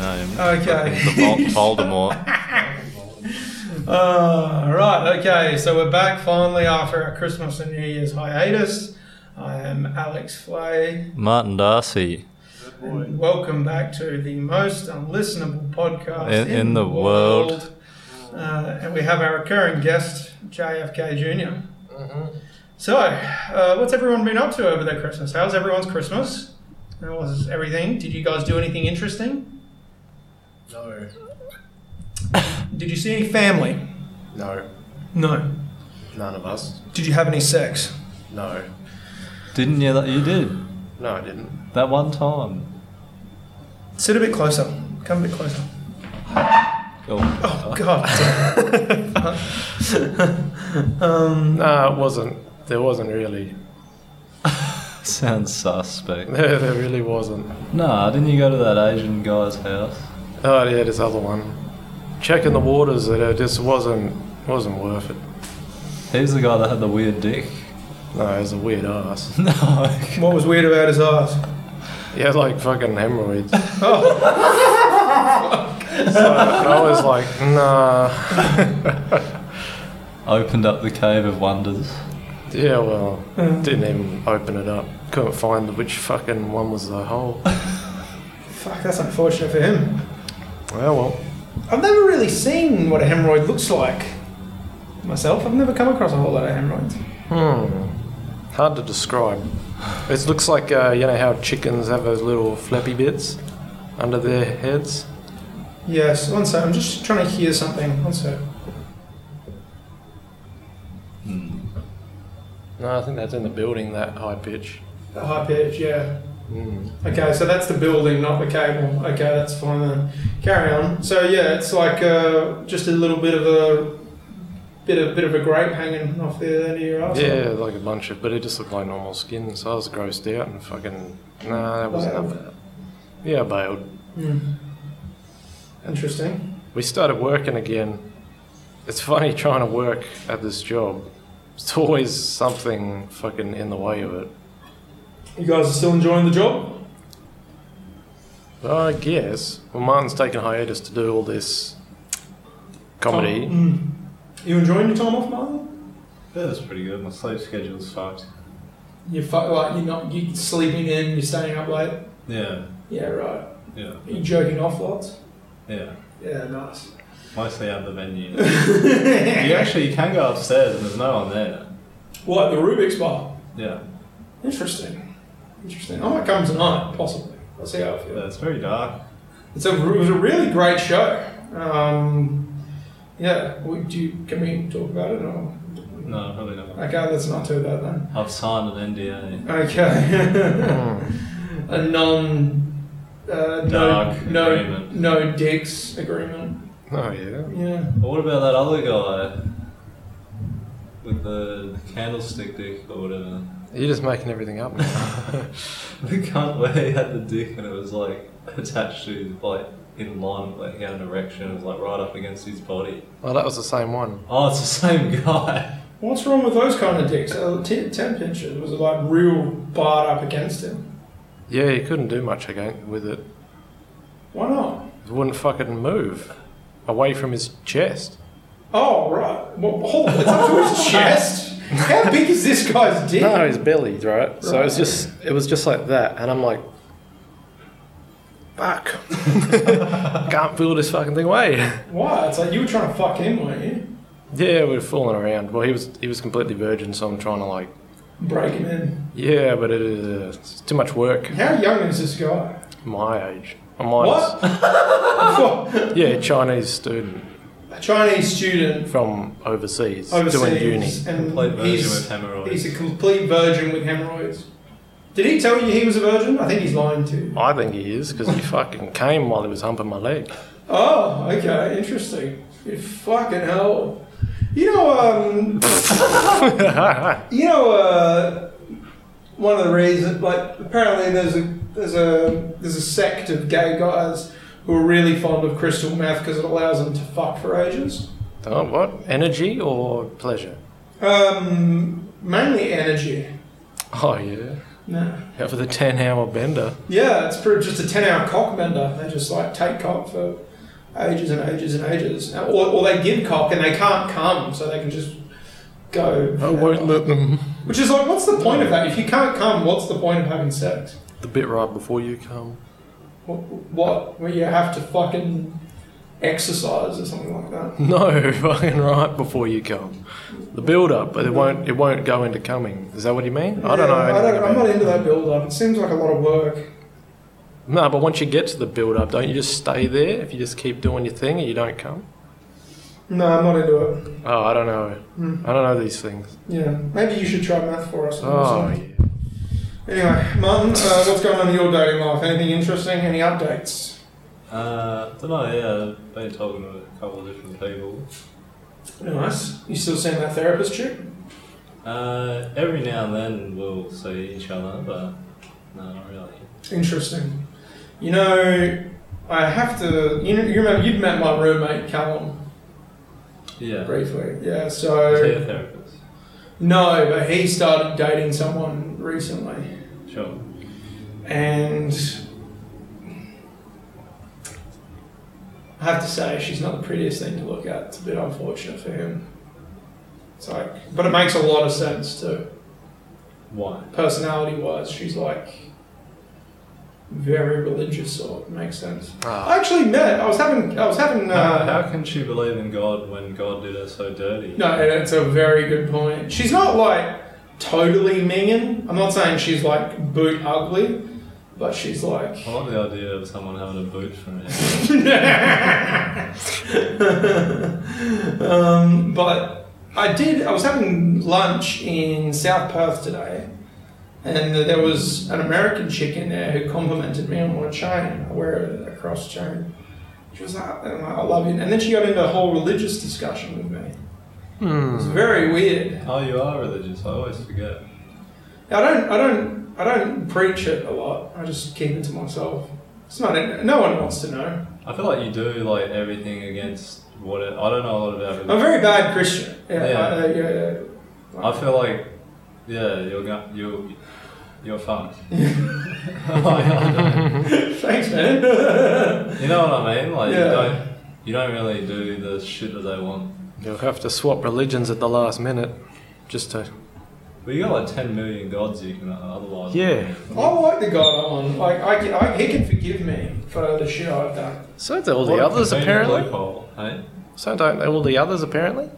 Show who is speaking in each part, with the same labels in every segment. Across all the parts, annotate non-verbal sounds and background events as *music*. Speaker 1: okay.
Speaker 2: The Vol- Voldemort.
Speaker 1: Uh, right, okay, so we're back finally after our Christmas and New Year's hiatus. I am Alex Flay.
Speaker 2: Martin Darcy
Speaker 1: and Welcome back to the most unlistenable podcast
Speaker 2: In- in the world.
Speaker 1: Uh, and we have our recurring guest, JFK junior So, uh, what's everyone been up to over their Christmas? How's everyone's Christmas? How was everything? Did you guys do anything interesting?
Speaker 3: No.
Speaker 1: Did you see any family?
Speaker 3: No.
Speaker 1: No.
Speaker 3: None of us.
Speaker 1: Did you have any sex?
Speaker 3: No.
Speaker 2: Didn't you? That you did
Speaker 3: No, I didn't.
Speaker 2: that one time.
Speaker 1: Sit a bit closer. Come a bit closer.
Speaker 2: Oh,
Speaker 1: Oh, *laughs* God.
Speaker 3: No, it wasn't. There wasn't really. *laughs*
Speaker 2: sounds suspect.
Speaker 3: There, there really wasn't.
Speaker 2: Nah, didn't you go to that Asian guy's house?
Speaker 3: Oh yeah, this other one. Checking the waters, that it just wasn't wasn't worth it.
Speaker 2: He's the guy that had the weird dick. *laughs*
Speaker 3: No, it was a weird ass.
Speaker 2: No.
Speaker 1: what was weird about his eyes?
Speaker 3: He had like fucking *laughs* hemorrhoids. so I was like, nah.
Speaker 2: Opened up the cave of wonders.
Speaker 3: Yeah, well, didn't even open it up. Couldn't find which fucking one was the hole.
Speaker 1: Fuck, that's unfortunate for him.
Speaker 3: Well, well.
Speaker 1: I've never really seen what a hemorrhoid looks like myself. I've never come across a whole lot of hemorrhoids.
Speaker 3: Hmm. Hard to describe. It looks like uh, you know how chickens have those little flappy bits under their heads.
Speaker 1: Yes, one sec. I'm just trying to hear something. One sec.
Speaker 2: Hmm.
Speaker 3: No, I think that's in the building. That high pitch.
Speaker 1: The high pitch, yeah.
Speaker 3: Mm.
Speaker 1: Okay, so that's the building, not the cable. Okay, that's fine then. Carry on. So yeah, it's like uh, just a little bit of a bit of bit of a grape hanging off the end of your arse.
Speaker 3: Yeah, like a bunch of, but it just looked like normal skin. So I was grossed out and fucking. Nah, that wasn't up. Yeah, I bailed.
Speaker 1: Hmm. Interesting.
Speaker 3: We started working again. It's funny trying to work at this job. It's always something fucking in the way of it.
Speaker 1: You guys are still enjoying the job?
Speaker 3: I guess. Well, Martin's taken hiatus to do all this comedy.
Speaker 1: Mm. You enjoying your time off, Martin?
Speaker 4: Yeah, that's pretty good. My sleep schedule's fucked.
Speaker 1: You fu- like you're not you sleeping in, you're staying up late.
Speaker 4: Yeah,
Speaker 1: Yeah, right.
Speaker 4: yeah,
Speaker 1: You jerking off lots?
Speaker 4: yeah.
Speaker 1: Yeah, nice.
Speaker 4: Mostly at the *laughs* venue. you actually you can go upstairs and there's no one there.
Speaker 1: What, the Rubik's Bar?
Speaker 4: Yeah,
Speaker 1: Interesting. Interesting. I might come tonight, possibly. I'll see how I feel.
Speaker 4: yeah it's very dark.
Speaker 1: It's a, it was a really great show. Um, yeah, we, do you, can we talk about it? Or?
Speaker 4: No, probably not.
Speaker 1: Okay, that's not too bad then.
Speaker 4: I've signed an NDA.
Speaker 1: Okay. *laughs*
Speaker 3: Hmm.
Speaker 1: a non. Uh, no,
Speaker 4: Dark
Speaker 1: no,
Speaker 4: agreement.
Speaker 1: no dicks agreement.
Speaker 3: Oh, yeah.
Speaker 1: Yeah.
Speaker 4: But what about that other guy with the, the candlestick dick or whatever? *laughs*
Speaker 3: You're just making everything up.
Speaker 4: The cunt where he had the dick and it was like attached to his like in line, like he had an erection. It was like right up against his body.
Speaker 3: well, that was the same one.
Speaker 4: Oh, it's the same guy. *laughs*
Speaker 1: What's wrong with those kind of dicks? Uh, ten, ten pinches was like real barred up against him.
Speaker 3: Yeah, you couldn't do much again with it.
Speaker 1: Why not?
Speaker 3: It wouldn't fucking move away from his chest.
Speaker 1: Oh, right. Well, hold on. It's up to his
Speaker 4: *laughs*
Speaker 1: chest. How big is this guy's dick?
Speaker 3: No, his belly, right? So it was
Speaker 1: Right.
Speaker 3: just, it was just like that, and I'm like, fuck, *laughs* can't feel this fucking thing away.
Speaker 1: Why? It's like you were trying to fuck him, weren't you?
Speaker 3: Yeah, we were fooling around. Well, he was, he was completely virgin, so I'm trying to like,
Speaker 1: Break him in.
Speaker 3: yeah, but it is uh, it's too much work.
Speaker 1: How young is this guy? *laughs*
Speaker 3: My age, I'm
Speaker 1: What? What?
Speaker 3: *laughs* Yeah, Chinese student
Speaker 1: a Chinese student
Speaker 3: from overseas,
Speaker 1: overseas,
Speaker 3: doing uni.
Speaker 4: Complete
Speaker 1: and
Speaker 4: version
Speaker 1: he's,
Speaker 4: with hemorrhoids.
Speaker 1: he's a complete virgin with hemorrhoids. Did he tell you he was a virgin? I think he's lying to you.
Speaker 3: I think he is because he fucking came while he was humping my leg. *laughs*
Speaker 1: Oh, okay, interesting. You fucking hell. You know, um, You know, uh, one of the reasons, like, apparently there's a there's a there's a sect of gay guys who are really fond of crystal meth because it allows them to fuck for ages.
Speaker 3: oh, what? Energy or pleasure?
Speaker 1: Um, mainly energy.
Speaker 3: Oh yeah,
Speaker 1: No.
Speaker 3: yeah for the ten-hour bender.
Speaker 1: Yeah, it's pretty, just a ten hour cock bender. They just like take cock for ages and ages and ages. Or, or they give cock and they can't come, so they can just go.
Speaker 3: I won't let them.
Speaker 1: Which is like, what's the point of that? If you can't come, what's the point of having sex?
Speaker 3: The bit right before you come. *laughs*
Speaker 1: What? what where you have to fucking exercise or something like that.
Speaker 3: No, fucking right before you come. The build up, but it won't. It won't go into coming. Is that what you mean? I don't
Speaker 1: Yeah,
Speaker 3: know.
Speaker 1: I
Speaker 3: anything
Speaker 1: don't, I'm
Speaker 3: about
Speaker 1: not
Speaker 3: it.
Speaker 1: into that build up. It seems like a lot of work.
Speaker 3: No, but once you get to the build up, don't you just stay there? If you just keep doing your thing and you don't come.
Speaker 1: No, I'm not into it.
Speaker 3: Oh, I don't know.
Speaker 1: Hmm.
Speaker 3: I don't know these things.
Speaker 1: Yeah, maybe you should try math for us. or
Speaker 3: Oh,
Speaker 1: something.
Speaker 3: yeah.
Speaker 1: Anyway, Martin, uh, what's going on in your dating life? Anything interesting? Any updates?
Speaker 4: Uh, don't know. Yeah, I've been talking to a couple of different people.
Speaker 1: Nice. You still seeing that therapist chick?
Speaker 4: Uh, every now and then we'll see each other, but no, not really.
Speaker 1: Interesting. You know, I have to. You know, you remember you've met my roommate Callum
Speaker 4: Yeah.
Speaker 1: briefly. Yeah.
Speaker 4: Is he
Speaker 1: So
Speaker 4: a therapist?
Speaker 1: no, but he started dating someone recently.
Speaker 4: Sure.
Speaker 1: and I have to say she's not the prettiest thing to look at. It's a bit unfortunate for him. It's like, but it makes a lot of sense too.
Speaker 4: Why?
Speaker 1: Personality wise, she's like very religious, so it makes sense.
Speaker 3: Ah,
Speaker 1: I actually met. I was having. I was having.
Speaker 4: how, *laughs* how
Speaker 1: Uh,
Speaker 4: can she believe in God when God did her so dirty?
Speaker 1: no, and it's a very good point. She's not like totally minging. I'm not saying she's like boot ugly, but she's like.
Speaker 4: I like the idea of someone having a boot from me.
Speaker 1: um, but I did. I was having lunch in South Perth today, and there was an American chick in there who complimented me on my chain. I wear a cross chain. She was like, and I'm like, "I love it." And then she got into a whole religious discussion with me. It was
Speaker 3: hmm.
Speaker 1: very weird.
Speaker 4: Oh, you are religious. I always forget.
Speaker 1: I don't. I don't. I don't preach it a lot. I just keep it to myself. It's not. No one wants to know.
Speaker 4: I feel like you do like everything against what it, I don't know a lot about religion.
Speaker 1: I'm a very bad Christian. Yeah.
Speaker 4: Yeah.
Speaker 1: I, yeah, yeah.
Speaker 4: I feel like, yeah, you're go- you you're
Speaker 1: *laughs*
Speaker 4: fucked. *laughs* you
Speaker 1: Thanks, man.
Speaker 4: know what I mean? Like
Speaker 1: Yeah.
Speaker 4: you don't you don't really do the shit that they want.
Speaker 3: You'll have to swap religions at the last minute, just to.
Speaker 4: But you got like ten million gods you can uh, otherwise.
Speaker 3: Yeah.
Speaker 1: I like the God I'm on. Like, I, can- I, he can forgive me for the shit I've done.
Speaker 3: So do all
Speaker 4: What
Speaker 3: the
Speaker 4: a
Speaker 3: others
Speaker 4: convenient
Speaker 3: apparently.
Speaker 4: Loophole, hey?
Speaker 3: So don't all the others apparently.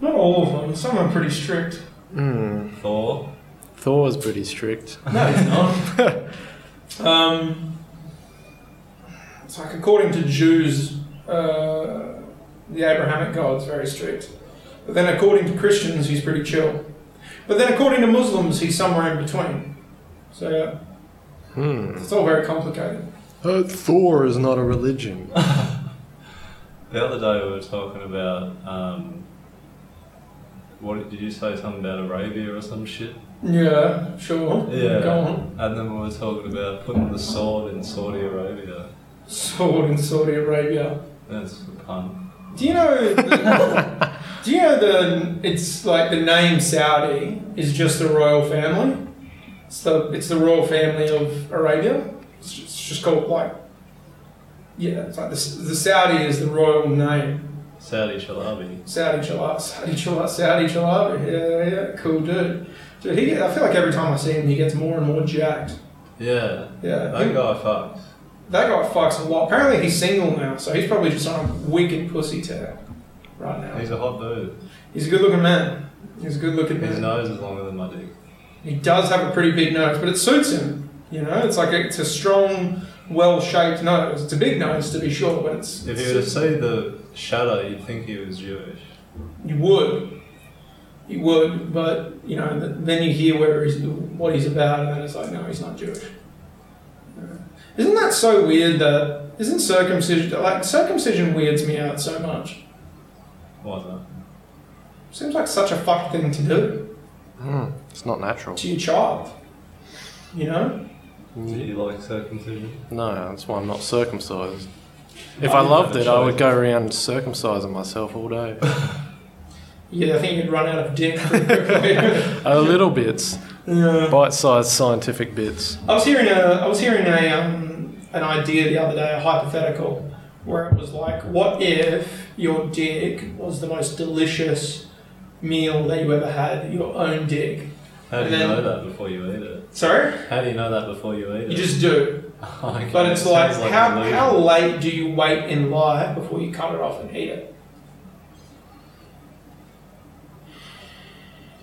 Speaker 1: Not all of them. Some are pretty strict.
Speaker 3: Hmm.
Speaker 4: Thor.
Speaker 3: Thor's pretty strict.
Speaker 1: No, it's not. *laughs* um, it's like according to Jews, uh, the Abrahamic God's very strict. But then according to Christians, he's pretty chill. But then according to Muslims, he's somewhere in between. So yeah,
Speaker 3: Hmm.
Speaker 1: it's all very complicated.
Speaker 3: Uh, Thor is not a religion.
Speaker 4: The other day we were talking about um, what did you say something about Arabia or some shit?
Speaker 1: Yeah, sure.
Speaker 4: Yeah.
Speaker 1: Go on.
Speaker 4: And then we were talking about putting the sword in Saudi Arabia.
Speaker 1: Sword in Saudi Arabia.
Speaker 4: That's a pun.
Speaker 1: Do you know? The, do you know the? It's like the name Saudi is just the royal family. It's the it's the royal family of Arabia. It's just, it's just called like. Yeah, it's like the, the Saudi is the royal name.
Speaker 4: Saudi Shalabi.
Speaker 1: Saudi Chalab, Saudi Chalab, Saudi Chalab. Yeah, yeah, cool dude. Dude, he, I feel like every time I see him, he gets more and more jacked.
Speaker 4: Yeah,
Speaker 1: Yeah,
Speaker 4: that guy fucks.
Speaker 1: That guy fucks a lot. Apparently he's single now, so he's probably just on a wicked pussy tear right now.
Speaker 4: He's a hot dude.
Speaker 1: He's a good looking man. He's a good looking
Speaker 4: His
Speaker 1: man.
Speaker 4: nose is longer than my dick.
Speaker 1: He does have a pretty big nose, but it suits him. You know, it's like a, it's a strong, well shaped nose. It's a big nose to be sure, but it's.
Speaker 4: If
Speaker 1: it's-
Speaker 4: you were to see the shadow, you'd think he was Jewish.
Speaker 1: you would. You would, but you know, th- then you hear where he's, what he's about, and then it's like, no, he's not Jewish. Yeah. Isn't that so weird? That isn't circumcision like circumcision weirds me out so much.
Speaker 4: Why not?
Speaker 1: Seems like such a fucked thing to do
Speaker 3: Hmm. It's not natural.
Speaker 1: to your child. You know?
Speaker 4: Do you like circumcision?
Speaker 3: No, that's why I'm not circumcised. If
Speaker 4: I
Speaker 3: I
Speaker 4: didn't
Speaker 3: loved
Speaker 4: have
Speaker 3: it,
Speaker 4: a
Speaker 3: I would go around circumcising myself all day.
Speaker 1: Yeah, I think you'd run out of *laughs* dick pretty quickly.
Speaker 3: A little bits,
Speaker 1: yeah.
Speaker 3: bite-sized scientific bits.
Speaker 1: I was hearing a I was hearing a um, an idea the other day, a hypothetical, where it was like, what if your dick was the most delicious meal that you ever had, your own dick?
Speaker 4: How do
Speaker 1: And
Speaker 4: you
Speaker 1: then-
Speaker 4: know that before you eat it?
Speaker 1: Sorry?
Speaker 4: How do you know that before you eat it? *laughs*
Speaker 1: You just do.
Speaker 4: Okay,
Speaker 1: But it's
Speaker 4: it
Speaker 1: like,
Speaker 4: sounds
Speaker 1: how,
Speaker 4: delusion.
Speaker 1: how late do you wait in life before you cut it off and eat it?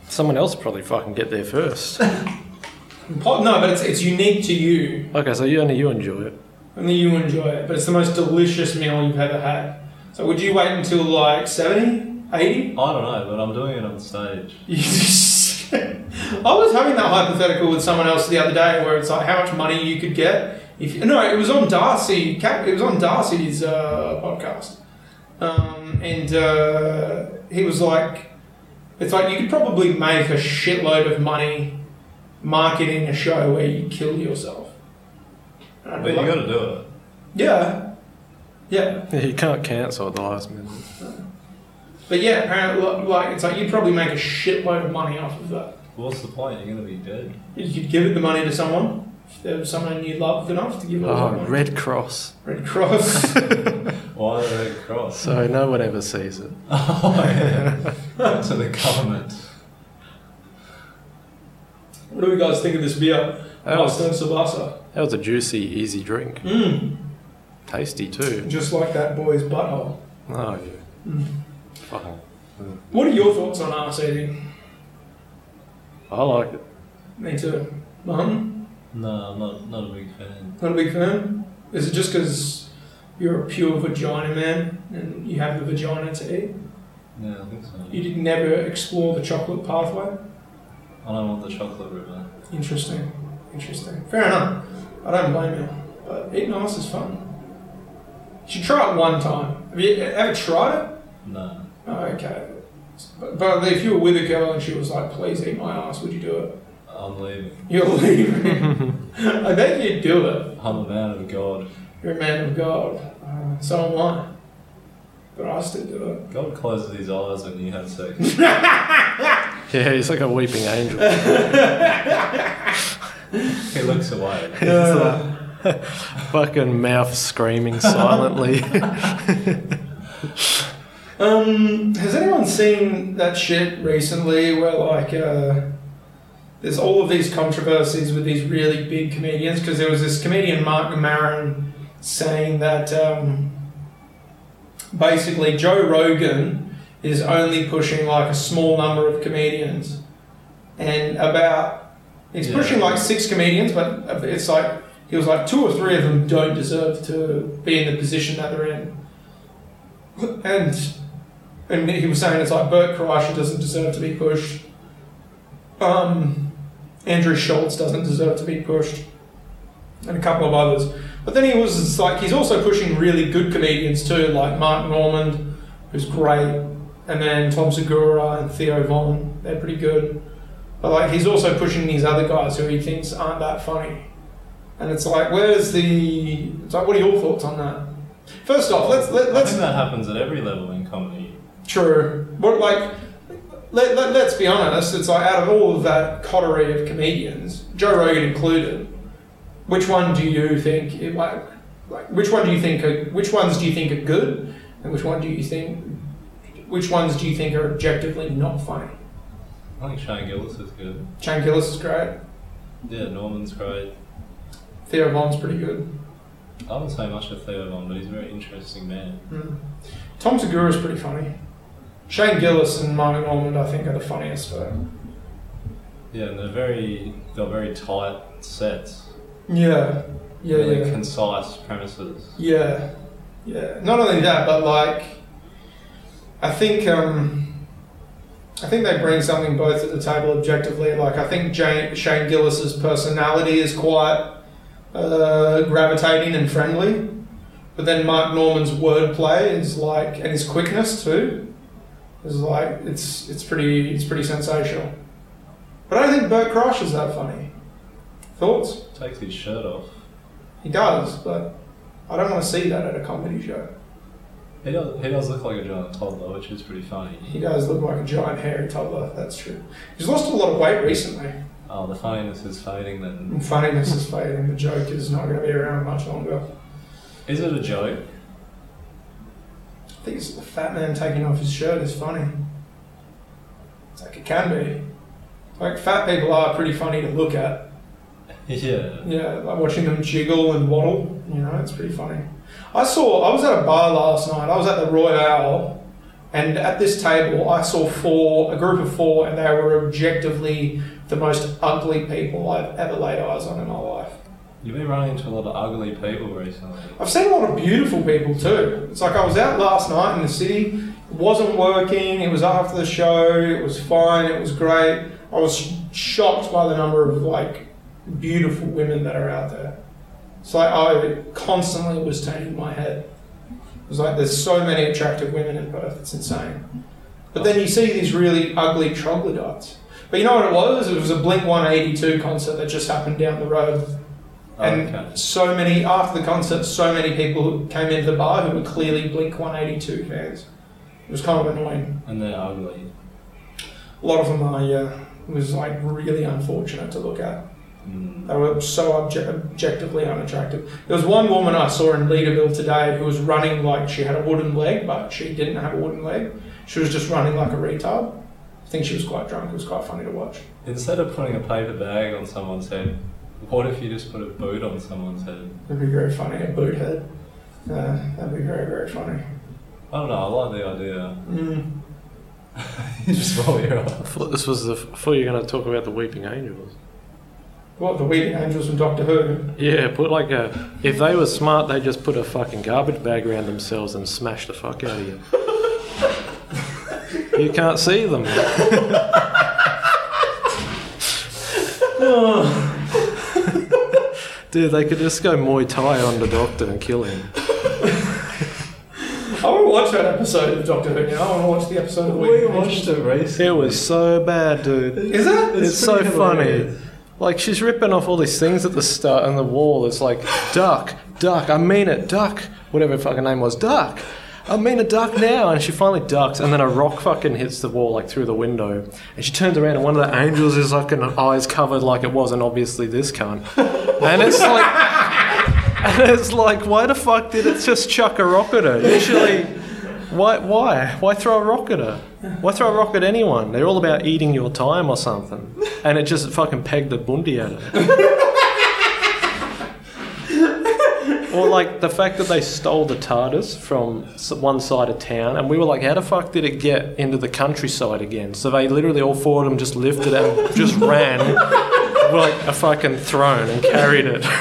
Speaker 3: Someone else probably fucking get there first.
Speaker 1: Po- No, but it's, it's unique to you.
Speaker 3: okay, so you only you enjoy it.
Speaker 1: Only you enjoy it. But it's the most delicious meal you've ever had. So would you wait until like 70, 80?
Speaker 4: I don't know, but I'm doing it on stage.
Speaker 1: You just- *laughs* I was having that hypothetical with someone else the other day, where it's like how much money you could get if you, no, it was on Darcy. Cap- It was on Darcy's uh, podcast, um, and uh, he was like, "It's like you could probably make a shitload of money marketing a show where you kill yourself." And I'd
Speaker 4: But
Speaker 1: be
Speaker 4: you
Speaker 1: like,
Speaker 4: gotta do it.
Speaker 1: yeah, yeah.
Speaker 3: Yeah, you can't cancel at the last minute.
Speaker 1: But yeah, apparently, li- like it's like you'd probably make a shitload of money off of that.
Speaker 4: What's the point? You're gonna be dead.
Speaker 1: You could give the money to someone. If there was someone you loved enough to give all that
Speaker 3: Oh,
Speaker 1: money.
Speaker 3: Red Cross.
Speaker 1: Red Cross.
Speaker 4: Why the Red Cross?
Speaker 3: So no one ever sees it.
Speaker 4: *laughs* Oh, yeah. to the government.
Speaker 1: what do we guys think of this beer?
Speaker 3: That was,
Speaker 1: Boston Sabasa.
Speaker 3: that was a juicy, easy drink.
Speaker 1: Mmm.
Speaker 3: Tasty too.
Speaker 1: Just like that boy's butthole.
Speaker 3: Oh yeah. Mm. Fucking.
Speaker 1: What are your thoughts on arse eating?
Speaker 3: I like it.
Speaker 1: Me too. Mum?
Speaker 4: No, I'm not, not a big fan.
Speaker 1: Not a big fan? Is it just because you're a pure vagina man and you have the vagina to eat?
Speaker 4: Yeah, I think so.
Speaker 1: You did never explore the chocolate pathway?
Speaker 4: I don't want the chocolate river.
Speaker 1: Interesting. Interesting. Fair enough. I don't blame you. But eating ice is fun. You should try it one time. Have you e-, ever tried it?
Speaker 4: No.
Speaker 1: Oh, okay. But, but if you were with a girl and she was like, please eat my ass, would you do it? *laughs*
Speaker 4: I'm leaving.
Speaker 1: You're leaving. *laughs* I bet you'd do it.
Speaker 4: I'm a man of God.
Speaker 1: You're a man of God. Uh, so am I. But I still do it.
Speaker 4: God closes his eyes when you have sex.
Speaker 3: Yeah, he's like a weeping angel.
Speaker 4: he looks *laughs* away.
Speaker 3: *laughs* Fucking mouth screaming silently. *laughs*
Speaker 1: Um, has anyone seen that shit recently where like uh, there's all of these controversies with these really big comedians? Because there was this comedian Mark Maron saying that um, basically Joe Rogan is only pushing like a small number of comedians, and about he's
Speaker 4: Yeah.
Speaker 1: pushing like six comedians, but it's like he was like two or three of them don't deserve to be in the position that they're in. And and he was saying it's like Bert Kreischer doesn't deserve to be pushed. Um, Andrew Schultz doesn't deserve to be pushed, and a couple of others. But then he was it's like he's also pushing really good comedians too, like Mark Normand, who's great, and then Tom Segura and Theo Vaughn. They're pretty good. But like he's also pushing these other guys who he thinks aren't that funny. And it's like, where's the? It's like, what are your thoughts on that? First off, let's let,
Speaker 4: I
Speaker 1: let's
Speaker 4: think that happens at every level in comedy.
Speaker 1: True. But like, let, let, let's be honest, it's like out of all of that coterie of comedians, Joe Rogan included, which one do you think, it- like, like which one do you think, are, which ones do you think are good and which one do you think, which ones do you think are objectively not funny?
Speaker 4: I think Shane Gillis is good.
Speaker 1: Shane Gillis is great.
Speaker 4: Yeah, Norman's great.
Speaker 1: Theo Vaughn's pretty good.
Speaker 4: I wouldn't say much of Theo Von, but he's a very interesting man.
Speaker 1: Hmm. Tom Segura's pretty funny. Shane Gillis and Mark Normand, I think, are the funniest. But
Speaker 4: Yeah, and they're very, they're very tight sets.
Speaker 1: yeah, yeah,
Speaker 4: really
Speaker 1: yeah.
Speaker 4: concise premises.
Speaker 1: Yeah, yeah. Not only that, but like, I think um, I think they bring something both at the table objectively. Like, I think Jane, Shane Gillis's personality is quite uh, gravitating and friendly, but then Mark Norman's wordplay is like, and his quickness too, is like it's it's pretty it's pretty sensational. But I don't think Bert Kreischer's is that funny. Thoughts?
Speaker 4: Takes his shirt off.
Speaker 1: He does, but I don't want to see that at a comedy show.
Speaker 4: He does, he does look like a giant toddler, which is pretty funny.
Speaker 1: He does look like a giant hairy toddler, that's true. He's lost a lot of weight recently.
Speaker 4: Oh, the funniness is fading then.
Speaker 1: And funniness is fading. The joke is not going to be around much longer.
Speaker 4: Is it a joke?
Speaker 1: I think it's the fat man taking off his shirt is funny. It's like it can be. Like fat people are pretty funny to look at.
Speaker 5: *laughs* yeah.
Speaker 1: Yeah, like watching them jiggle and waddle, you know, it's pretty funny. I saw, I was at a bar last night, I was at the Royale, and at this table, I saw four, a group of four, and they were objectively the most ugly people I've ever laid eyes on in my life.
Speaker 5: You've been running into a lot of ugly people recently.
Speaker 1: I've seen a lot of beautiful people too. It's like I was out last night in the city, it wasn't working, it was after the show, it was fine, it was great. I was shocked by the number of like beautiful women that are out there. It's like I constantly was turning my head. It was like there's so many attractive women in Perth, it's insane. But then you see these really ugly troglodytes. But you know what it was? It was a Blink 182 concert that just happened down the road. And
Speaker 5: Oh,
Speaker 4: Oh,
Speaker 5: okay.
Speaker 1: so many after the concert, so many people who came into the bar who were clearly Blink 182 fans. It was kind of annoying.
Speaker 5: And they're ugly.
Speaker 1: A lot of them are, yeah. It was like really unfortunate to look at.
Speaker 5: Mm.
Speaker 1: They were so obje- objectively unattractive. There was one woman I saw in Leaderville today who was running like she had a wooden leg, but she didn't have a wooden leg. She was just running like a retard. I think she was quite drunk. It was quite funny to watch.
Speaker 5: Instead of putting a paper bag on someone's head, what if you just put a boot on someone's head?
Speaker 1: It'd be very funny. A boot head. Uh, that'd be very, very funny.
Speaker 5: I don't know, I like the idea. *laughs*
Speaker 1: Mm.
Speaker 5: you just roll your eyes.
Speaker 3: I thought this was the. I thought you were going to talk about the Weeping Angels.
Speaker 1: What, the Weeping Angels from Doctor Who?
Speaker 3: Yeah, put like a. If they were smart, they just put a fucking garbage bag around themselves and smash the fuck out of you. you can't see them. Dude, they could just go Muay Thai on the doctor and kill him.
Speaker 1: I want to watch that episode of Doctor Who now. I want to watch the episode of the
Speaker 4: We
Speaker 1: Weeping
Speaker 4: watched
Speaker 1: Angels.
Speaker 4: it recently.
Speaker 3: It was so bad, dude.
Speaker 1: Is it?
Speaker 3: *laughs* It's, so
Speaker 4: pretty
Speaker 3: funny.
Speaker 4: hilarious.
Speaker 3: Like she's ripping off all these things at the start on the wall. It's like duck, duck. I mean it, duck. Whatever her fucking name was, duck. I mean a duck now, and she finally ducks, and then a rock fucking hits the wall like through the window, and she turns around, and one of the angels is like an eyes covered like it wasn't obviously this cunt, and it's like, *laughs* and it's like, why the fuck did it just chuck a rock at her? Usually, why, why, why throw a rock at her? Why throw a rock at anyone? They're all about eating your time or something. And it just fucking pegged the bundi at her. or like the fact that they stole the TARDIS from s- one side of town, and we were like, how the fuck did it get into the countryside again? So they literally all four of them just lifted it and just ran like a fucking throne and carried it. *laughs*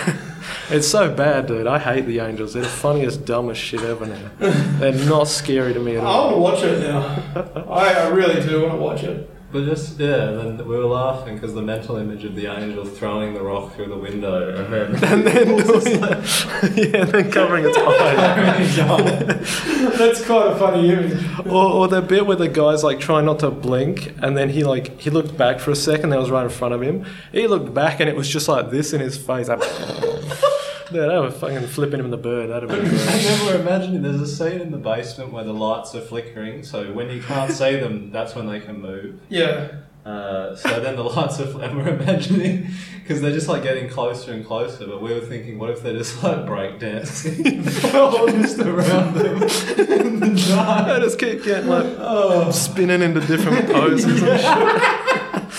Speaker 3: It's so bad, dude. I hate the Angels. They're the funniest, dumbest shit ever now. They're not scary to me at
Speaker 1: I
Speaker 3: all.
Speaker 1: want to watch it now. I, I really do want to watch it.
Speaker 4: But just yeah, then we were laughing because the mental image of the angel throwing the rock through the window *laughs* and then
Speaker 3: And then doing, *laughs* yeah, and then covering its
Speaker 1: *laughs*
Speaker 3: eye.
Speaker 1: That's quite a funny image.
Speaker 3: Or, or the bit where the guy's like trying not to blink, and then he like he looked back for a second. That was right in front of him. He looked back, and it was just like this in his face. Like, *laughs* yeah, that was fucking flipping him the bird. That'd have been great.
Speaker 1: *laughs*
Speaker 4: I never imagined there's a scene in the basement where the lights are flickering, so when you can't see them, that's when they can move.
Speaker 1: Yeah.
Speaker 4: Uh, so then the *laughs* lights are, fl- and we're imagining because they're just like getting closer and closer. But we were thinking, what if they're just like breakdancing, *laughs* just around them *laughs* in the dark?
Speaker 3: I just keep getting like
Speaker 1: Oh.
Speaker 3: spinning into different
Speaker 1: *laughs*
Speaker 3: poses and shit.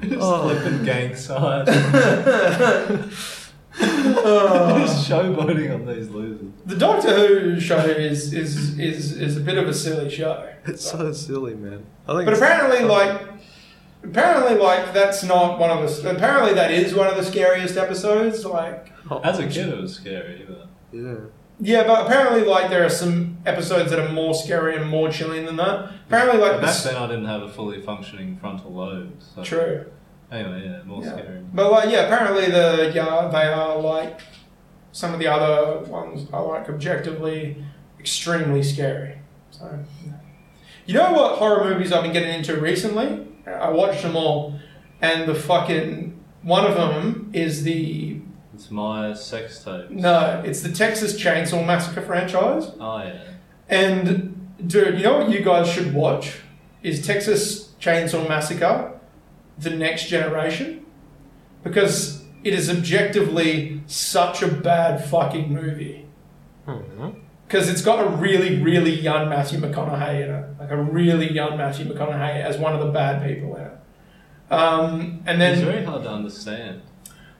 Speaker 4: Just
Speaker 3: Oh.
Speaker 4: flipping gang signs.
Speaker 1: *laughs* Oh.
Speaker 4: just showboating on these losers.
Speaker 1: *laughs* The Doctor Who show is is is, is a bit of a silly show.
Speaker 3: It's so silly, man. I think.
Speaker 1: But
Speaker 3: it's-
Speaker 1: apparently, like, apparently, like, that's not one of the. Apparently, that is one of the scariest episodes. Like,
Speaker 4: As a kid, it was scary, but
Speaker 3: yeah.
Speaker 1: yeah, but apparently, like, there are some episodes that are more scary and more chilling than that. Apparently, like,
Speaker 4: but back
Speaker 1: this,
Speaker 4: then I didn't have a fully functioning frontal lobe. So
Speaker 1: true.
Speaker 4: Anyway, yeah, more
Speaker 1: Yeah.
Speaker 4: scary.
Speaker 1: But like, yeah, apparently the yeah they are like some of the other ones are like objectively extremely scary. So, you know what horror movies I've been getting into recently? I watched them all, and the fucking one of them is the
Speaker 4: It's my sex tape.
Speaker 1: no, it's the Texas Chainsaw Massacre franchise.
Speaker 4: Oh yeah.
Speaker 1: And dude, you know what you guys should watch is Texas Chainsaw Massacre: The Next Generation, because it is objectively such a bad fucking movie. because it's got a really, really young Matthew McConaughey in it, like a really young Matthew McConaughey as one of the bad people in it. Um, and
Speaker 4: It's
Speaker 1: then,
Speaker 4: very hard to understand.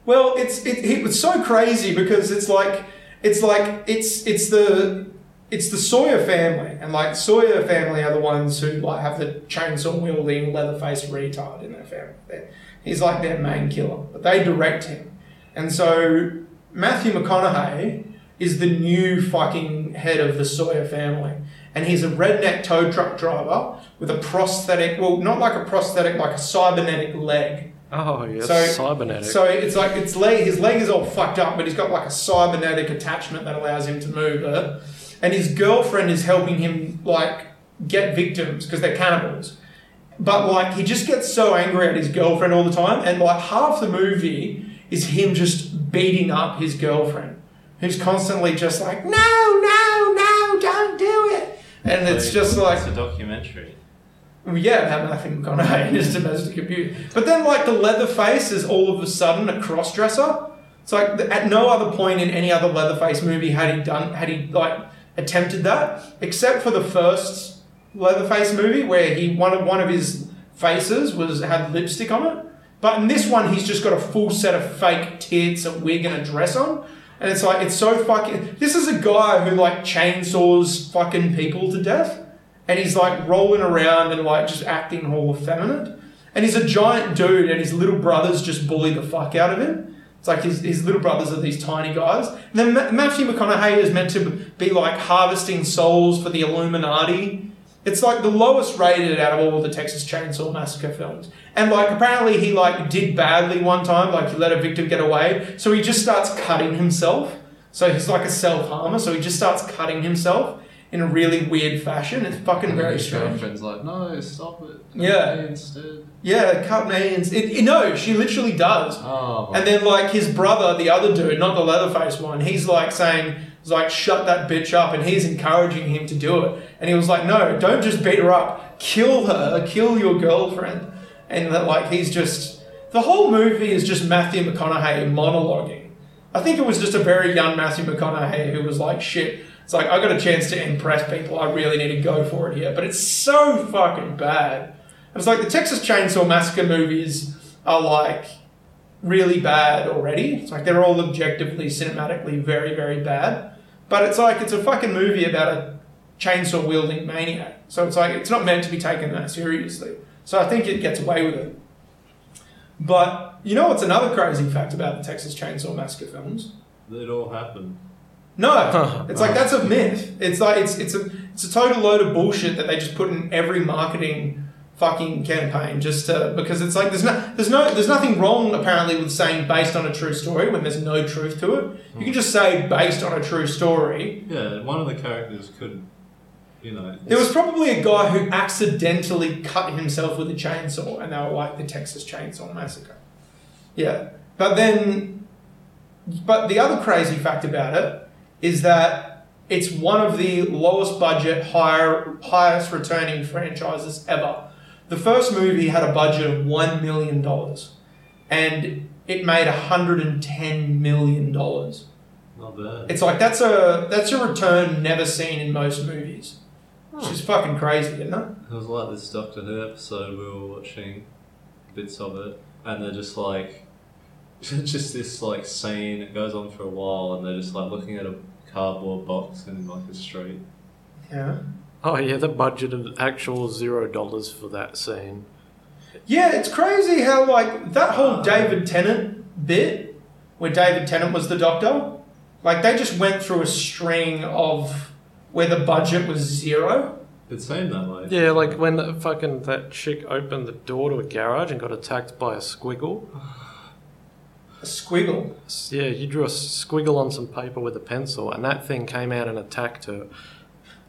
Speaker 1: well, it's it, it was so crazy because it's like it's like it's it's the it's the Sawyer family, and like Sawyer family are the ones who like have the chainsaw wielding, leather faced retard in their family. They're- he's like their main killer, but they direct him, and so Matthew McConaughey is the new fucking head of the Sawyer family. And he's a redneck tow truck driver with a prosthetic, well, not like a prosthetic, like a cybernetic leg.
Speaker 3: Oh, yeah,
Speaker 1: So-
Speaker 3: cybernetic.
Speaker 1: So it's like it's leg, his leg is all fucked up, but he's got like a cybernetic attachment that allows him to move it. And his girlfriend is helping him like get victims because they're cannibals. But like he just gets so angry at his girlfriend all the time, and like half the movie is him just beating up his girlfriend, who's constantly just like, no, no, no, don't do it. And it's just like
Speaker 4: It's a documentary.
Speaker 1: well, yeah, that Matthew McConaughey is domestic abuse. But then, like, the Leatherface is all of a sudden a crossdresser. It's like th- at no other point in any other Leatherface movie had he done had he like attempted that, except for the first Leatherface movie where he one of one of his faces was had lipstick on it. But in this one, he's just got a full set of fake tits, a wig, and a dress on. And it's like it's so fucking. This is a guy who like chainsaws fucking people to death and he's like rolling around and like just acting all effeminate. And he's a giant dude, and his little brothers just bully the fuck out of him. It's like his, his little brothers are these tiny guys. And then Ma- Matthew McConaughey is meant to be like harvesting souls for the Illuminati. It's like the lowest rated out of all the Texas Chainsaw Massacre films. And like apparently he like did badly one time, like he let a victim get away, so he just starts cutting himself. So he's like a self harmer, so he just starts cutting himself in a really weird fashion. It's fucking very
Speaker 4: His
Speaker 1: strange.
Speaker 4: girlfriend's like, no, stop it.
Speaker 1: Yeah.
Speaker 4: Hey, Instead.
Speaker 1: Yeah, cut me. And, it, it- no, she literally does.
Speaker 4: Oh.
Speaker 1: And then like his brother, the other dude, not the Leatherface one, he's like saying, he's like, shut that bitch up, and he's encouraging him to do it. And he was like, no, don't just beat her up, kill her, kill your girlfriend. And that like he's just the whole movie is just Matthew McConaughey monologuing. I think it was just a very young Matthew McConaughey who was like, shit. It's like I got a chance to impress people. I really need to go for it here, but it's so fucking bad. It's like the Texas Chainsaw Massacre movies are like really bad already. It's like they're all objectively, cinematically very, very bad. But it's like it's a fucking movie about a chainsaw wielding maniac. So it's like it's not meant to be taken that seriously. So I think it gets away with it. But you know what's another crazy fact about the Texas Chainsaw Massacre films?
Speaker 4: It all happened.
Speaker 1: No, it's like that's a myth. It's like it's it's a it's a total load of bullshit that they just put in every marketing fucking campaign just to because it's like there's no there's no there's nothing wrong apparently with saying based on a true story when there's no truth to it. You can just say based on a true story.
Speaker 4: Yeah, one of the characters could, you know.
Speaker 1: There was probably a guy who accidentally cut himself with a chainsaw and they were like the Texas Chainsaw Massacre. Yeah. But then but the other crazy fact about it is that it's one of the lowest budget, higher, highest returning franchises ever. The first movie had a budget of $1 million and it made $110 million.
Speaker 4: Not bad.
Speaker 1: It's like that's a that's a return never seen in most movies. Which is fucking crazy, isn't it?
Speaker 4: It was like this Doctor Who episode we were watching bits of it, and they're just like, *laughs* just this like scene. It goes on for a while, and they're just like looking at a cardboard box in like a street.
Speaker 1: Yeah.
Speaker 3: oh, yeah, the budget of actual zero dollars for that scene.
Speaker 1: Yeah, it's crazy how like that whole David Tennant bit where David Tennant was the doctor, like they just went through a string of where the budget was zero.
Speaker 4: It seemed that way.
Speaker 3: Yeah, like when the fucking that chick opened the door to a garage and got attacked by a squiggle.
Speaker 1: A squiggle.
Speaker 3: S- Yeah, you drew a squiggle on some paper with a pencil, and that thing came out and attacked her.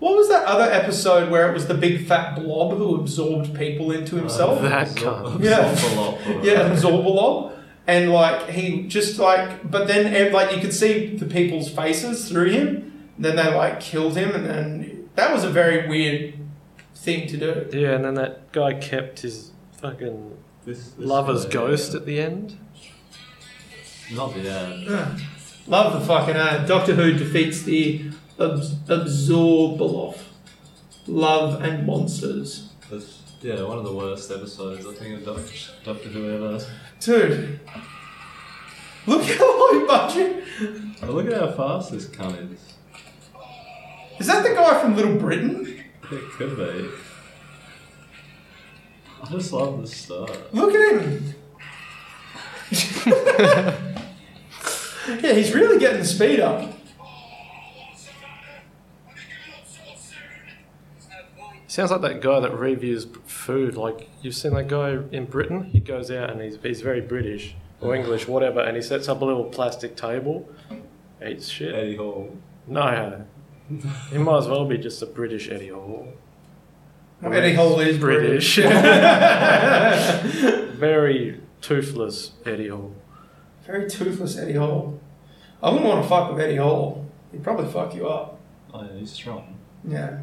Speaker 1: What was that other episode where it was the big fat blob who absorbed people into
Speaker 4: Oh, *laughs*
Speaker 1: himself?
Speaker 3: that
Speaker 4: Absorb- *laughs*
Speaker 3: cunt.
Speaker 1: Yeah.
Speaker 4: absorb a lot for it.
Speaker 1: yeah, Zorbalob. And like he just like, but then eh, like you could see the people's faces through him. Then they like killed him, and then that was a very weird thing to *sighs* do.
Speaker 3: Yeah, and then that guy kept his fucking
Speaker 4: This, this
Speaker 3: lover's
Speaker 4: guy,
Speaker 3: ghost
Speaker 4: yeah.
Speaker 3: at the end.
Speaker 4: Not the ad.
Speaker 1: Ugh. Love the fucking ad. Doctor Who uh, defeats the Abs- Absorbaloff. Love and Monsters.
Speaker 4: That's, yeah, one of the worst episodes, I think, of Doctor, Doctor Who ever.
Speaker 1: Dude. Look at low budget.
Speaker 4: But look at how fast this cunt is.
Speaker 1: Is that the guy from Little Britain?
Speaker 4: It could be. I just love this stuff.
Speaker 1: Look at him. *laughs* yeah, he's really getting the speed up.
Speaker 3: Sounds like that guy that reviews b- food. Like you've seen that guy in Britain. He goes out and he's he's very British or English, whatever, and he sets up a little plastic table, eats shit.
Speaker 4: Eddie Hall.
Speaker 3: No, *laughs* he might as well be just a British Eddie Hall.
Speaker 1: Eddie Hall is *laughs*
Speaker 3: British.
Speaker 1: Very
Speaker 3: Very toothless Eddie Hall.
Speaker 1: toothless Eddie Hall. I wouldn't want to fuck with Eddie Hall. He'd probably fuck you up.
Speaker 4: Oh, yeah, he's strong.
Speaker 1: Yeah.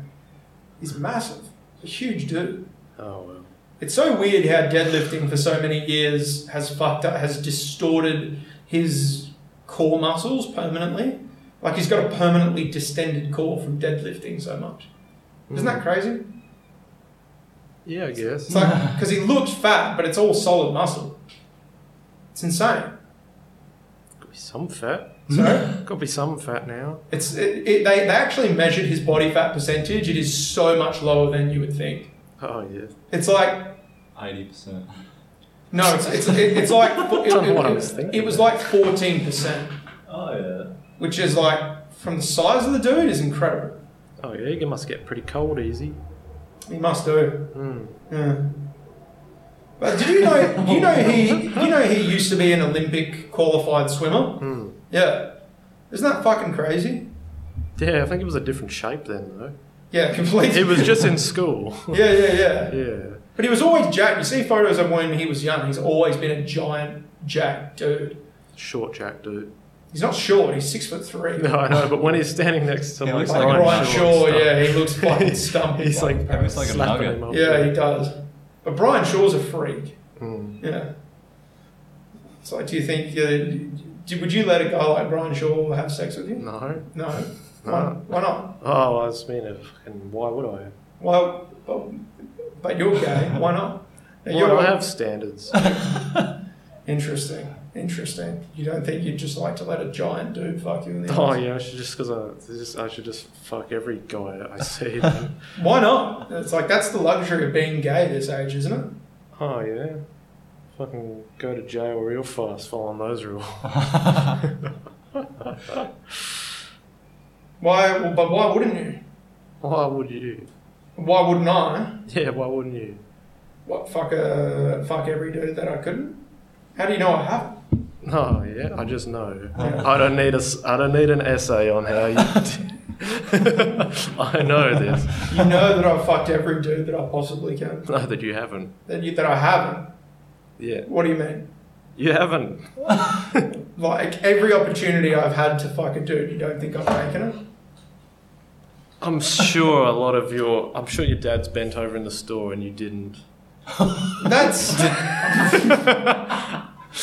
Speaker 1: He's massive. A huge dude.
Speaker 3: Oh well.
Speaker 1: It's so weird how deadlifting for so many years has fucked up, has distorted his core muscles permanently. Like he's got a permanently distended core from deadlifting so much. Isn't that crazy?
Speaker 3: Yeah, I
Speaker 1: It's
Speaker 3: guess.
Speaker 1: like,
Speaker 3: *laughs*
Speaker 1: because he looks fat, but it's all solid muscle. It's insane.
Speaker 3: Could be some fat.
Speaker 1: So,
Speaker 3: Could be some fat now.
Speaker 1: it's, it, it, they, they actually measured his body fat percentage. It is so much lower than you would think.
Speaker 3: Oh yeah.
Speaker 1: It's like
Speaker 4: 80%.
Speaker 1: No, it's, it's, it- it's
Speaker 3: *laughs*
Speaker 1: like it,
Speaker 3: Don't know what I
Speaker 1: it-
Speaker 3: was thinking.
Speaker 1: it was like fourteen percent,
Speaker 4: Oh, yeah.
Speaker 1: which is like from the size of the dude is incredible.
Speaker 3: Oh yeah. You must get pretty cold easy.
Speaker 1: He must do.
Speaker 3: Hmm.
Speaker 1: Yeah. But did you know? You know
Speaker 3: *laughs*
Speaker 1: he. You know he used to be an Olympic qualified swimmer.
Speaker 3: Hmm.
Speaker 1: Yeah. Isn't that fucking crazy?
Speaker 3: Yeah, I think it was a different shape then though.
Speaker 1: Yeah, *laughs* completely.
Speaker 3: It was just in school.
Speaker 1: *laughs* Yeah, yeah, yeah.
Speaker 3: Yeah.
Speaker 1: But he was always jacked. You see photos of when he was young. He's always been a giant jacked dude.
Speaker 3: Short Jack dude. *laughs*
Speaker 1: He's not short. He's six foot three.
Speaker 3: No, I know, but when he's standing next to
Speaker 4: He
Speaker 3: like,
Speaker 4: looks
Speaker 1: Like
Speaker 3: Ryan
Speaker 1: Ryan Shaw,
Speaker 3: Shaw's stuff,
Speaker 1: yeah, he looks fucking stumped.
Speaker 3: *laughs* he's like,
Speaker 6: He looks like a
Speaker 3: slapping
Speaker 6: nugget.
Speaker 3: him up.
Speaker 1: Yeah, he does. But Brian Shaw's a freak.
Speaker 3: Mm.
Speaker 1: Yeah. So do you think uh, do, would you let a guy like Brian Shaw have sex with you?
Speaker 3: No.
Speaker 1: No. Why, why not?
Speaker 3: Oh, I was meaning, fucking, why would I?
Speaker 1: Well, well, but you're gay. Why not?
Speaker 3: Why
Speaker 1: You're-
Speaker 3: do I have standards?
Speaker 1: Interesting. Interesting. You don't think you'd just like to let a giant dude fuck you in the
Speaker 3: *laughs* oh
Speaker 1: ass?
Speaker 3: yeah, I should just because I just I should just fuck every guy I *laughs* see. then.
Speaker 1: Why not? It's like that's the luxury of being gay this age, isn't it?
Speaker 3: oh yeah. Fucking go to jail real fast following those rules. *laughs*
Speaker 6: *laughs*
Speaker 1: Why? Well, but why wouldn't you?
Speaker 3: Why would you?
Speaker 1: Why wouldn't I?
Speaker 3: Yeah, why wouldn't you?
Speaker 1: What fuck a fuck every dude that I couldn't? How do you know I have?
Speaker 3: Oh yeah, I just know. I don't need a s- I don't need an essay on how you. *laughs* I know this. *laughs*
Speaker 1: You know that I've fucked every dude that I possibly can.
Speaker 3: No, that you haven't.
Speaker 1: That you that I haven't.
Speaker 3: Yeah,
Speaker 1: What do you mean?
Speaker 3: you haven't.
Speaker 1: Like every opportunity I've had to fuck a dude, you don't think I've taken it?
Speaker 3: I'm sure a lot of your. I'm sure your dad's bent over in the store and you didn't.
Speaker 1: That's.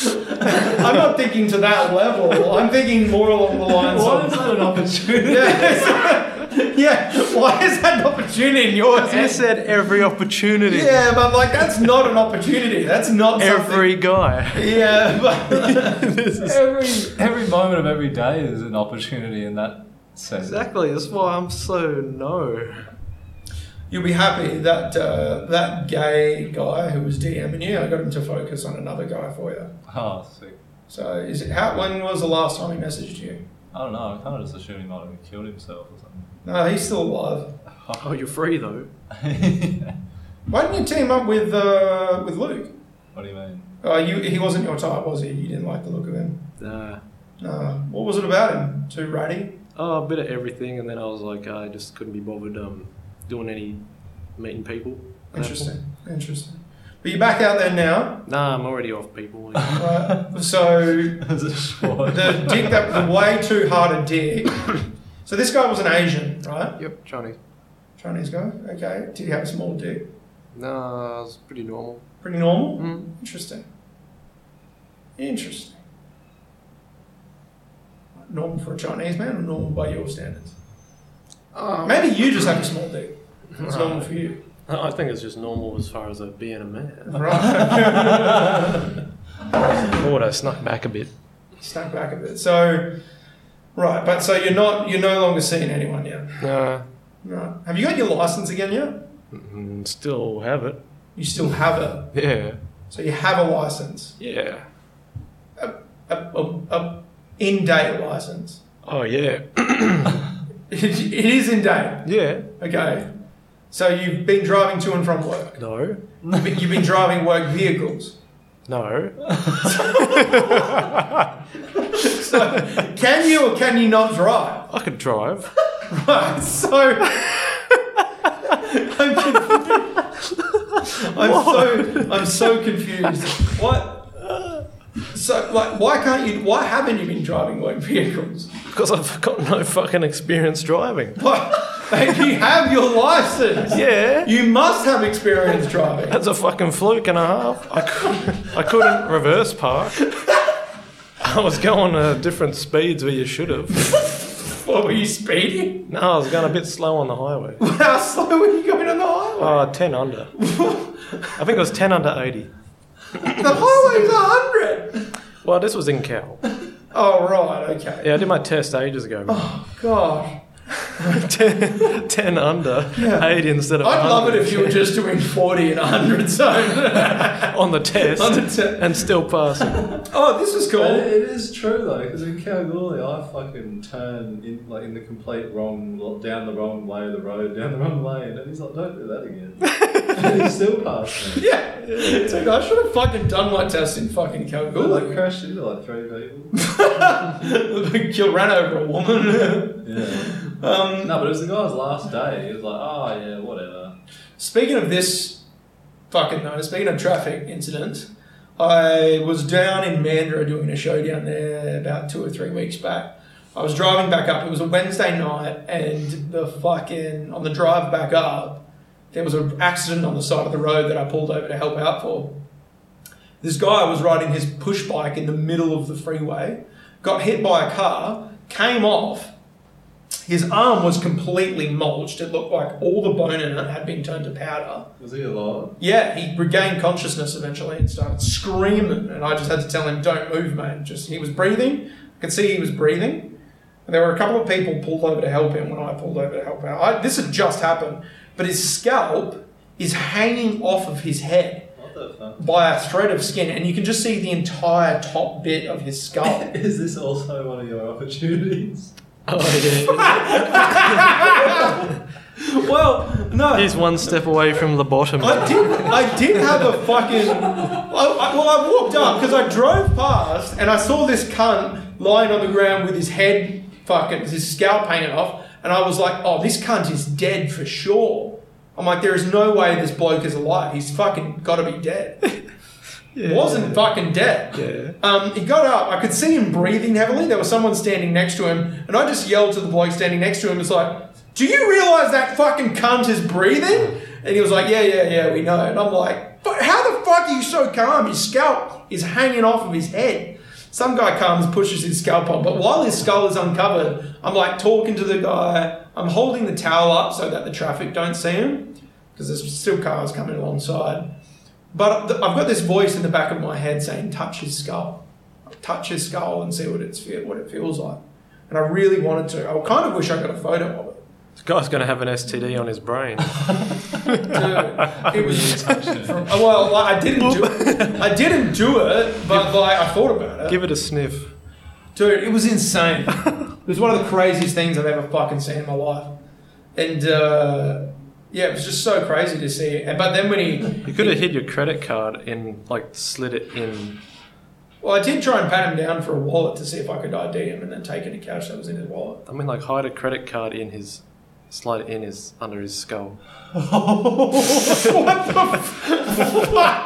Speaker 1: I'm not thinking to that level. I'm thinking more along the lines
Speaker 4: Why
Speaker 1: of.
Speaker 4: is that an opportunity?
Speaker 1: *laughs* Yeah, yeah. Why is that an opportunity in yours?
Speaker 3: said every opportunity.
Speaker 1: Yeah, but like that's not an opportunity. That's not something-
Speaker 3: Every guy.
Speaker 1: Yeah, *laughs* but
Speaker 3: *laughs* This is-
Speaker 6: Every every moment of every day is an opportunity in that sense.
Speaker 3: exactly. That's why I'm so no.
Speaker 1: You'll be happy that uh, that gay guy who was DMing you, I got him to focus on another guy for you.
Speaker 6: Oh, sick.
Speaker 1: So, is it how? When was the last time he messaged you?
Speaker 6: I don't know. I kind of just assumed he might have killed himself or
Speaker 1: No, he's still alive.
Speaker 3: Oh, you're free though.
Speaker 6: something.
Speaker 1: Why didn't you team up with uh, with Luke?
Speaker 6: *laughs* what do you mean? *laughs*
Speaker 1: Uh, you he wasn't your type, was he? You didn't like the look of him.
Speaker 3: Nah.
Speaker 1: No. What was it about him? Too ratty?
Speaker 3: Oh, a bit of everything, and then I was like, I just couldn't be bothered um, doing any meeting people.
Speaker 1: Interesting. Interesting. But you're back out there now.
Speaker 3: Nah, I'm already off *laughs* people. yeah.
Speaker 1: Right? so
Speaker 6: Is it short?
Speaker 1: the dick *laughs* that the way too hard a dick. So this guy was an Asian, right?
Speaker 3: yep, Chinese.
Speaker 1: Chinese guy. Okay. Did he have a small dick?
Speaker 3: Nah, it's pretty normal.
Speaker 1: Pretty normal.
Speaker 3: Mm.
Speaker 1: Interesting. Interesting. Normal for a Chinese man or normal by your standards?
Speaker 3: *laughs* Um,
Speaker 1: Maybe you just have a small dick. Oh, It's normal for you.
Speaker 3: I think it's just normal as far as uh, being a *laughs* man.
Speaker 1: Right.
Speaker 3: Thought I snuck back a bit.
Speaker 1: Snap back a bit. So, right, but so you're not, you're no longer seeing anyone yet.
Speaker 3: Nah,
Speaker 1: Right. Have you got your license again yet?
Speaker 3: mm, still have it.
Speaker 1: You still have it.
Speaker 3: Yeah,
Speaker 1: So you have a license,
Speaker 3: yeah.
Speaker 1: a, a, a in date license. *laughs*
Speaker 3: Oh yeah,
Speaker 1: It is in date.
Speaker 3: yeah.
Speaker 1: Okay. So you've been driving to and from work.
Speaker 3: No,
Speaker 1: You've been- You've been driving work vehicles. *laughs*
Speaker 3: no.
Speaker 1: So can you or can you not drive?
Speaker 3: I could drive.
Speaker 1: Right, so *laughs* I'm, confu- I'm so I'm so confused. What? So like, why can't you? Why haven't you been driving like vehicles?
Speaker 3: Because I've got no fucking experience driving.
Speaker 1: What? Like, you have your license.
Speaker 3: Yeah.
Speaker 1: You must have experience driving.
Speaker 3: That's a fucking fluke and a half. I, could, I couldn't reverse park. I was going uh, different speeds where you should have.
Speaker 1: What were you speeding?
Speaker 3: No, I was going a bit slow on the highway.
Speaker 1: How slow were you going on the highway?
Speaker 3: Uh, 10 under. I think it was 10 under 80.
Speaker 1: The highway's hundred.
Speaker 3: Well, this was in Cal.
Speaker 1: Oh right, okay.
Speaker 3: Yeah, I did my test ages ago.
Speaker 1: Oh.
Speaker 3: *laughs*
Speaker 1: Gosh,
Speaker 3: 10, 10 under 80 instead of
Speaker 1: I'd love it
Speaker 3: 100
Speaker 1: if you were just doing forty and hundred *laughs* zone.
Speaker 3: on the test
Speaker 1: On the te-
Speaker 3: and
Speaker 1: *laughs*
Speaker 3: still passing.
Speaker 1: oh, this is
Speaker 4: *laughs* But
Speaker 1: cool.
Speaker 4: it is true though, because in Kalgoorlie, I fucking turn in like in the complete wrong, lo- down the wrong way of the road, *laughs* down the wrong lane, and he's like, "Don't do that
Speaker 1: *laughs*
Speaker 4: again." and he still passed me.
Speaker 1: Yeah. It's like, I should have fucking done my test in fucking
Speaker 4: Well,
Speaker 1: *laughs*
Speaker 4: like
Speaker 1: Kalgoorlie.
Speaker 4: crashed into like three
Speaker 1: *laughs*
Speaker 4: people.
Speaker 1: Kill ran over a woman. *laughs*
Speaker 4: Yeah.
Speaker 1: um,
Speaker 4: No, but it was the guy's last day. He was like, "Oh yeah, whatever."
Speaker 1: speaking of this fucking no, speaking of traffic incidents, I was down in Mandurah doing a show down there about two or three weeks back. I was driving back up. It was a Wednesday night, and the fucking on the drive back up, there was an accident on the side of the road that I pulled over to help out for. This guy was riding his push bike in the middle of the freeway, got hit by a car, came off. His arm was completely mulched. It looked like all the bone in it had been turned to powder.
Speaker 4: Was he alive?
Speaker 1: Yeah, he regained consciousness eventually and started screaming. And I just had to tell him, "Don't move, mate." Just he was breathing. I could see he was breathing. And there were a couple of people pulled over to help him when I pulled over to help out. I, this had just happened, but his scalp is hanging off of his head
Speaker 4: What the fuck? *laughs*
Speaker 1: by a thread of skin, and you can just see the entire top bit of his skull.
Speaker 4: *laughs* Is this also one of your opportunities?
Speaker 1: *laughs*
Speaker 3: Oh, yeah.
Speaker 1: well, no,
Speaker 3: He's one step away from the bottom.
Speaker 1: I did. I did have a fucking. I, I, well, I walked up because I drove past and I saw this cunt lying on the ground with his head fucking his scalp hanging off, and I was like, "Oh, this cunt is dead for sure." I'm like, "There is no way this bloke is alive. He's fucking got to be dead." Wasn't fucking dead.
Speaker 3: Yeah.
Speaker 1: Um, he got up. I could see him breathing heavily. There was someone standing next to him, and I just yelled to the bloke standing next to him. It's like, "Do you realize that fucking cunt is breathing?" And he was like, "Yeah, yeah, yeah, we know." And I'm like, "But how the fuck are you so calm? His scalp is hanging off of his head." Some guy comes, pushes his scalp on, but while his skull is uncovered, I'm like talking to the guy. I'm holding the towel up so that the traffic don't see him, because there's still cars coming alongside. But th- I've got this voice in the back of my head saying, "Touch his skull, touch his skull, and see what it's feel- what it feels like." And I really wanted to. I kind of wish I got a photo of it.
Speaker 3: This guy's going to have an STD on his
Speaker 1: *laughs*
Speaker 3: brain.
Speaker 1: Dude, it was from, *laughs* well, like, I didn't do it. I didn't do it, but like I thought about it.
Speaker 3: Give it a sniff.
Speaker 1: Dude, it was insane. It was one of the craziest things I've ever fucking seen in my life. And uh, yeah, it was just so crazy to see. it. But then when he
Speaker 3: You could have hid your credit card and like slid it in.
Speaker 1: Well, I did try and pat him down for a wallet to see if I could ID him and then take any cash that was in his wallet.
Speaker 3: I mean, like hide a credit card in his, slide it in his under his skull.
Speaker 1: what the fuck?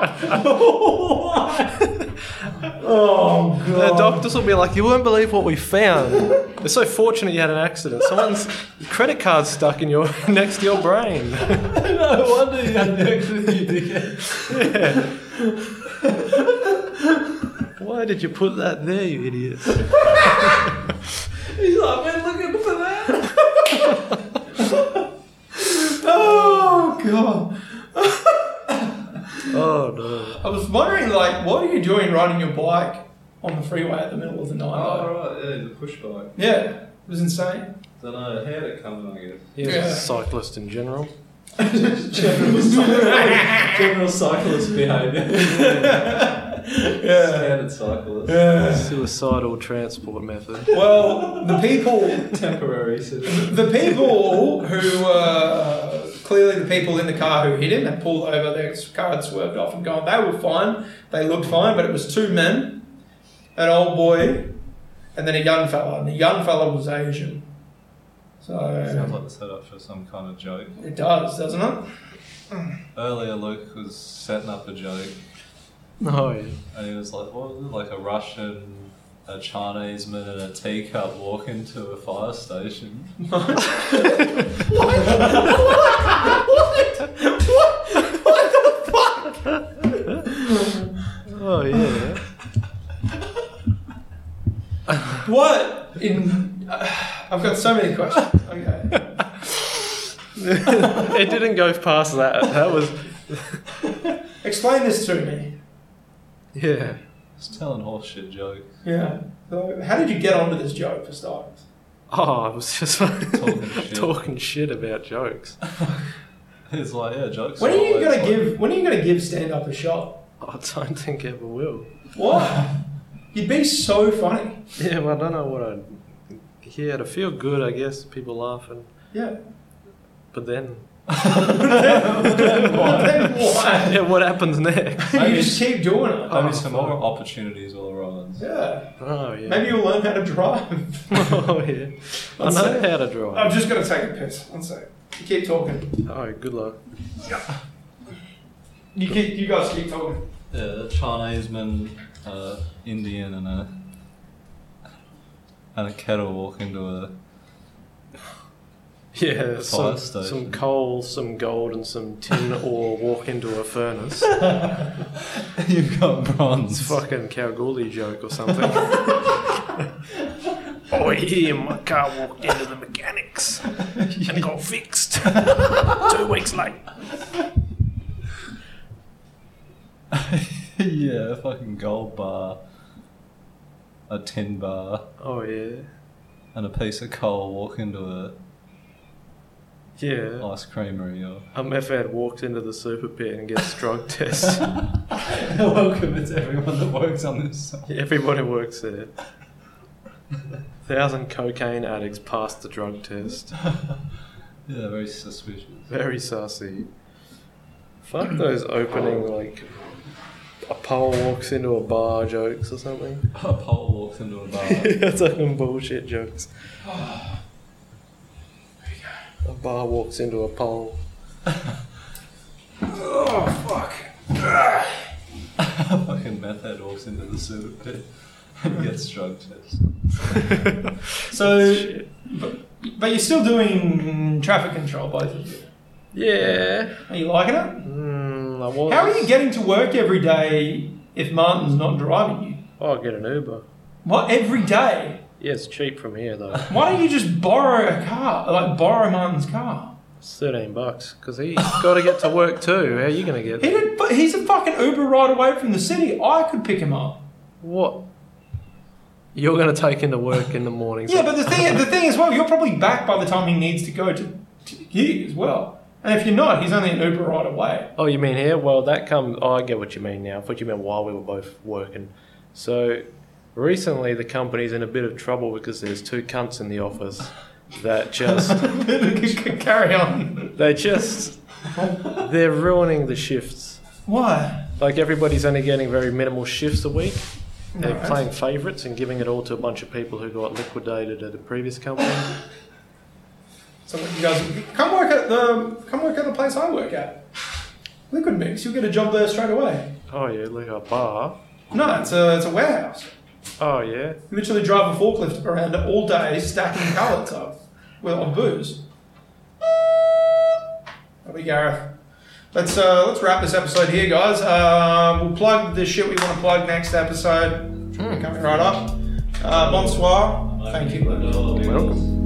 Speaker 1: oh,
Speaker 3: The doctors will be like, "You won't believe what we found." *laughs* They're so fortunate you had an accident. Someone's credit card stuck in your *laughs* next to your brain.
Speaker 4: no wonder you *laughs* actually did.
Speaker 3: *laughs* Why did you put that there, you idiot?
Speaker 1: He's like, I've been looking for that. god.
Speaker 3: Oh no.
Speaker 1: I was wondering, like, what are you doing riding your bike on the freeway at the middle of the night? though?
Speaker 4: Oh, right, yeah, the push bike.
Speaker 1: Yeah, it was insane. *laughs*
Speaker 4: Don't know, how it coming, I guess.
Speaker 3: He was
Speaker 1: Yeah.
Speaker 3: a cyclist in general.
Speaker 4: *laughs*
Speaker 7: General, cyclist, general cyclist behaviour.
Speaker 1: *laughs* Yeah.
Speaker 4: Standard cyclist.
Speaker 1: yeah.
Speaker 3: Suicidal transport method.
Speaker 1: Well, the people
Speaker 4: Temporary citizen.
Speaker 1: the people who uh, clearly the people in the car who hit him had pulled over their car had swerved off and gone they were fine they looked fine but it was two men an old boy and then a young fella and the young fella was asian
Speaker 4: Sounds
Speaker 1: so
Speaker 4: like the setup for some kind of joke.
Speaker 1: it does doesn't it
Speaker 4: Earlier, Luke was setting up a joke,
Speaker 3: Oh yeah.
Speaker 4: and he was like, what was it? Like a Russian, a Chinese man, and a teacup walk into a fire station.
Speaker 3: Oh yeah.
Speaker 1: what in uh, I've got so many questions okay
Speaker 3: it didn't go past that. That was
Speaker 1: explain this to me
Speaker 3: yeah.
Speaker 4: Just telling horseshit jokes,
Speaker 1: yeah so how did you get onto this joke for starters
Speaker 3: Oh, I was just *laughs* talking,
Speaker 4: talking
Speaker 1: *laughs*
Speaker 4: shit.
Speaker 3: shit about jokes.
Speaker 4: It's like, yeah, jokes.
Speaker 1: when are you
Speaker 4: always
Speaker 1: gonna
Speaker 4: like-
Speaker 1: give when are you gonna give stand up a shot
Speaker 3: I don't think ever will.
Speaker 1: What? You'd be so funny.
Speaker 3: Yeah, well, I don't know what I. Yeah, to feel good, I guess people laughing,
Speaker 1: Yeah.
Speaker 3: but then
Speaker 1: *laughs* Then why?
Speaker 3: yeah, what happens next?
Speaker 1: you just keep doing it.
Speaker 4: Maybe some more opportunities will arise.
Speaker 1: Yeah.
Speaker 3: Oh yeah.
Speaker 1: Maybe you'll learn how to drive.
Speaker 3: *laughs* oh yeah. I
Speaker 1: Let's
Speaker 3: know
Speaker 1: see.
Speaker 3: how to drive.
Speaker 1: I'm just gonna take a piss. One sec. You keep talking.
Speaker 3: Oh, good luck.
Speaker 1: You keep. You guys keep talking.
Speaker 4: Yeah, a Chinese man, uh, Indian, and a and a kettle walk into a. *laughs*
Speaker 3: Yeah, some,
Speaker 4: station.
Speaker 3: some coal, some gold, and some tin ore walk into a furnace.
Speaker 4: You've got bronze.
Speaker 3: Fucking Kalgoorlie joke or something. oh, here my car walked into the mechanics and got fixed two weeks late.
Speaker 4: *laughs* yeah, a fucking gold bar, a tin bar,
Speaker 3: Oh yeah,
Speaker 4: and a piece of coal walk into a
Speaker 3: yeah.
Speaker 4: ice creamery or. *laughs*
Speaker 3: A method walks into the super pit and gets drug test.
Speaker 4: Welcome it's everyone that works on this. site.
Speaker 3: Everybody works there. Thousand cocaine addicts passed the drug test.
Speaker 4: Yeah, very suspicious.
Speaker 3: Very sassy. Fuck those opening like a pole walks into a bar jokes or something.
Speaker 4: *laughs*
Speaker 3: *laughs*
Speaker 4: A pole walks into a bar.
Speaker 3: That's fucking bullshit jokes. A bar walks into a pole.
Speaker 1: Oh fuck.
Speaker 4: Fucking meth head walks into the sewer pit *laughs* and gets drug tested.
Speaker 1: So, but, but you're still doing traffic control, both of you.
Speaker 3: Yeah.
Speaker 1: Are you liking it?
Speaker 3: Mm, I was.
Speaker 1: How are you getting to work every day if Martin's not driving you?
Speaker 3: Oh, I'll get an Uber.
Speaker 1: What every day?
Speaker 3: Yeah, it's cheap from here though.
Speaker 1: Why don't you just borrow a car? Like borrow Martin's car.
Speaker 3: It's thirteen bucks because he's got to get to work too. How are you gonna get?
Speaker 1: He
Speaker 3: There?
Speaker 1: did, but he's a fucking Uber ride away from the city. I could pick him up.
Speaker 3: What? You're gonna take into work in the morning. so-
Speaker 1: Yeah, but the thing, the thing as well, you're probably back by the time he needs to go to, to you as well. And if you're not, he's only an Uber ride away. *laughs*
Speaker 3: Oh, you mean here? Well, that comes. Oh, I get what you mean now. I thought you meant while we were both working. So, recently the company's in a bit of trouble because there's two cunts in the office that just
Speaker 1: *laughs* Carry on.
Speaker 3: they just they're ruining the shifts.
Speaker 1: Why?
Speaker 3: Like everybody's only getting very minimal shifts a week. They're
Speaker 1: Right.
Speaker 3: playing favourites and giving it all to a bunch of people who got liquidated at a previous company.
Speaker 1: So what you guys come work at the come work at the place I work at. Liquid Mix, you'll get a job there straight away.
Speaker 3: Oh yeah, like a bar.
Speaker 1: No, it's a it's a warehouse.
Speaker 3: Oh yeah.
Speaker 1: You literally drive a forklift around all day stacking pallets up with of booze. That'll be Gareth. Let's uh, let's wrap this episode here, guys. Uh, we'll plug the shit we want to plug next episode. Coming right up. Uh, bonsoir. Thank you.
Speaker 4: oh, Welcome.